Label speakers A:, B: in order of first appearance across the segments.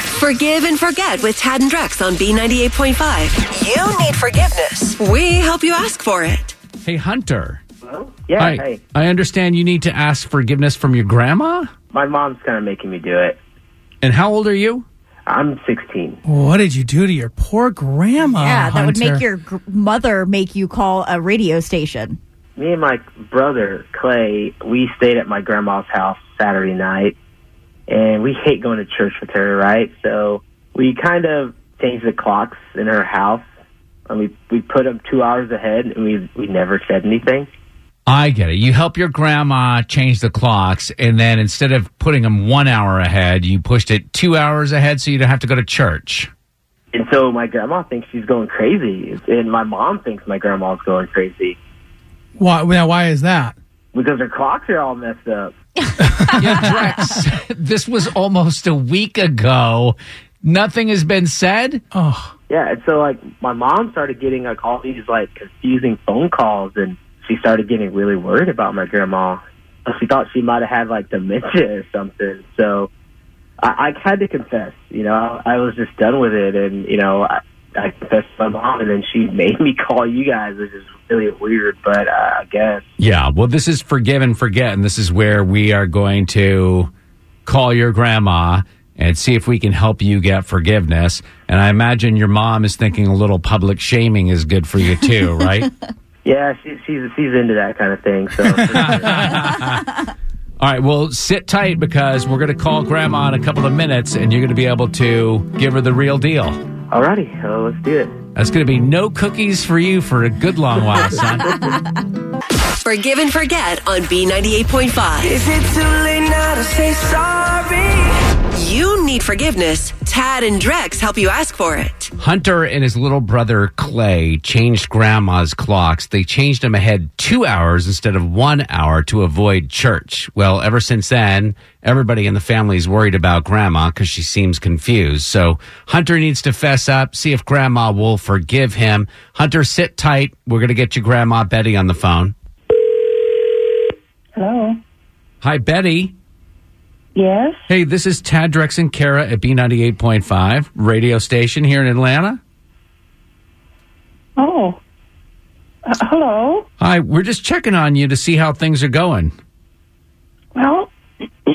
A: Forgive and forget with Tad and Drex on B98.5.
B: You need forgiveness.
A: We help you ask for it.
C: Hey, Hunter.
D: Hello? Yeah,
C: I,
D: hey.
C: I understand you need to ask forgiveness from your grandma.
D: My mom's kind of making me do it.
C: And how old are you?
D: I'm 16.
E: What did you do to your poor grandma?
F: Yeah, that would make
E: Hunter?
F: your gr- mother make you call a radio station.
D: Me and my brother, Clay, we stayed at my grandma's house Saturday night, and we hate going to church with her, right? So we kind of changed the clocks in her house, and we, we put them two hours ahead, and we, we never said anything.
C: I get it. You help your grandma change the clocks, and then instead of putting them one hour ahead, you pushed it two hours ahead so you don't have to go to church.
D: And so my grandma thinks she's going crazy, and my mom thinks my grandma's going crazy
E: Why, now, why is that?
D: because her clocks are all messed up.
C: Yeah, Drex, this was almost a week ago. Nothing has been said.
D: Yeah, and so like my mom started getting like all these like confusing phone calls, and she started getting really worried about my grandma. Uh, She thought she might have had like dementia or something. So I, I had to confess. You know, I, I was just done with it, and you know, I, I confessed to my mom, and then she made me call you guys, which is really weird, but uh, I guess.
C: Yeah, well, this is forgive and forget, and this is where we are going to call your grandma and see if we can help you get forgiveness. And I imagine your mom is thinking a little public shaming is good for you too, right?
D: Yeah, she, she's she's into that kind of thing. So
C: All right, well, sit tight because we're going to call grandma in a couple of minutes, and you're going to be able to give her the real deal.
D: alrighty, so let's do it.
C: That's going to be no cookies for you for a good long while, son.
A: Forgive and forget on B98.5.
B: Is it too late now to say sorry?
A: You need forgiveness. Tad and Drex help you ask for it.
C: Hunter and his little brother Clay changed grandma's clocks. They changed them ahead two hours instead of one hour to avoid church. Well, ever since then, everybody in the family is worried about grandma because she seems confused. So Hunter needs to fess up, see if grandma will forgive him. Hunter, sit tight. We're going to get your grandma Betty on the phone.
G: Hello.
C: Hi, Betty.
G: Yes.
C: Hey, this is Tad Drex and Kara at B98.5 radio station here in Atlanta.
G: Oh. Uh, hello.
C: Hi, we're just checking on you to see how things are going.
G: Well, I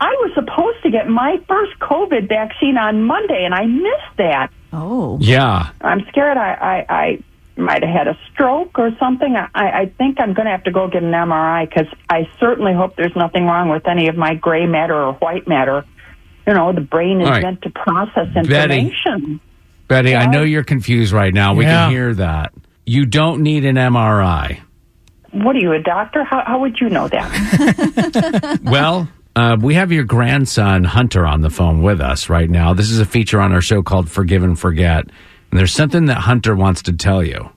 G: was supposed to get my first COVID vaccine on Monday, and I missed that.
F: Oh,
C: Yeah.
G: I'm scared I, I, I might have had a stroke or something. I, I think I'm going to have to go get an MRI because I certainly hope there's nothing wrong with any of my gray matter or white matter. You know, the brain is
C: All right.
G: meant to process
C: Betty.
G: information.
C: Betty, I know you're confused right now. We
E: Yeah.
C: can hear that. You don't need an MRI.
G: What are you, a doctor? How, how would you know that?
C: well, uh, we have your grandson, Hunter, on the phone with us right now. This is a feature on our show called Forgive and Forget. And there's something that Hunter wants to tell you.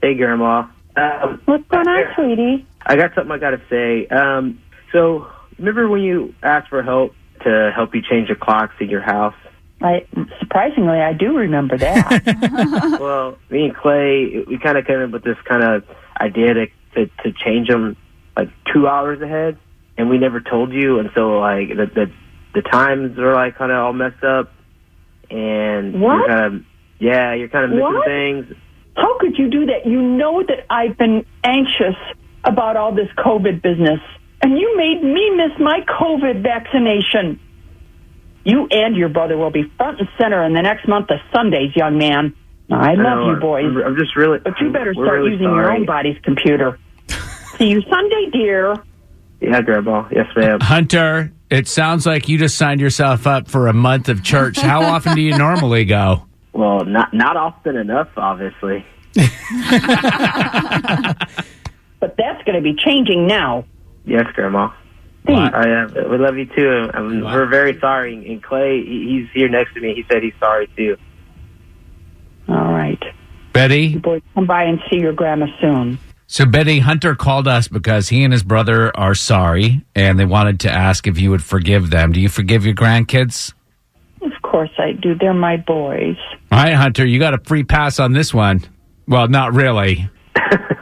D: Hey, Grandma. Um,
G: What's going on, sweetie?
D: I got something I got to say. Um, so, remember when you asked for help to help you change the clocks in your house?
G: I, surprisingly, I do remember that.
D: well, me and Clay, we kind of came up with this kind of idea to, to to change them like two hours ahead, and we never told you, and so like the the, the times are like kind of all messed up, and you're
G: What?
D: kind of yeah, you're kind of missing
G: What?
D: things.
G: How could you do that? You know that I've been anxious about all this COVID business, and you made me miss my COVID vaccination. You and your brother will be front and center in the next month of Sundays, young man. I
D: know,
G: love you,
D: I'm-
G: boys,
D: I'm, just really.
G: but you better
D: we're
G: start
D: really
G: using your
D: sorry.
G: own body's computer. See you Sunday, dear.
D: Yeah, Grandma. Yes, ma'am.
C: Hunter, it sounds like you just signed yourself up for a month of church. How often do you normally go?
D: well, not not often enough, obviously.
G: But that's going to be changing now.
D: Yes, Grandma.
C: What?
D: I am. We love you too. Um, We're very sorry. And Clay, he, he's here next to me. He said he's sorry too.
G: All right.
C: Betty,
G: You boys come by and see your grandma soon.
C: So, Betty, Hunter called us because he and his brother are sorry and they wanted to ask if you would forgive them. Do you forgive your grandkids?
G: Of course I do. They're my boys.
C: All right, Hunter, you got a free pass on this one. Well, not really.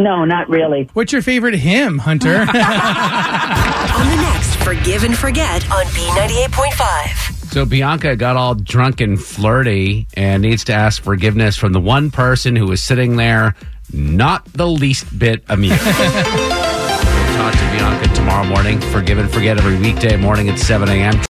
G: No, not really.
E: What's your favorite hymn, Hunter?
A: On the next Forgive and Forget on B98.5.
C: So Bianca got all drunk and flirty and needs to ask forgiveness from the one person who was sitting there, not the least bit amused. we'll talk to Bianca tomorrow morning. Forgive and forget every weekday morning at 7 a.m.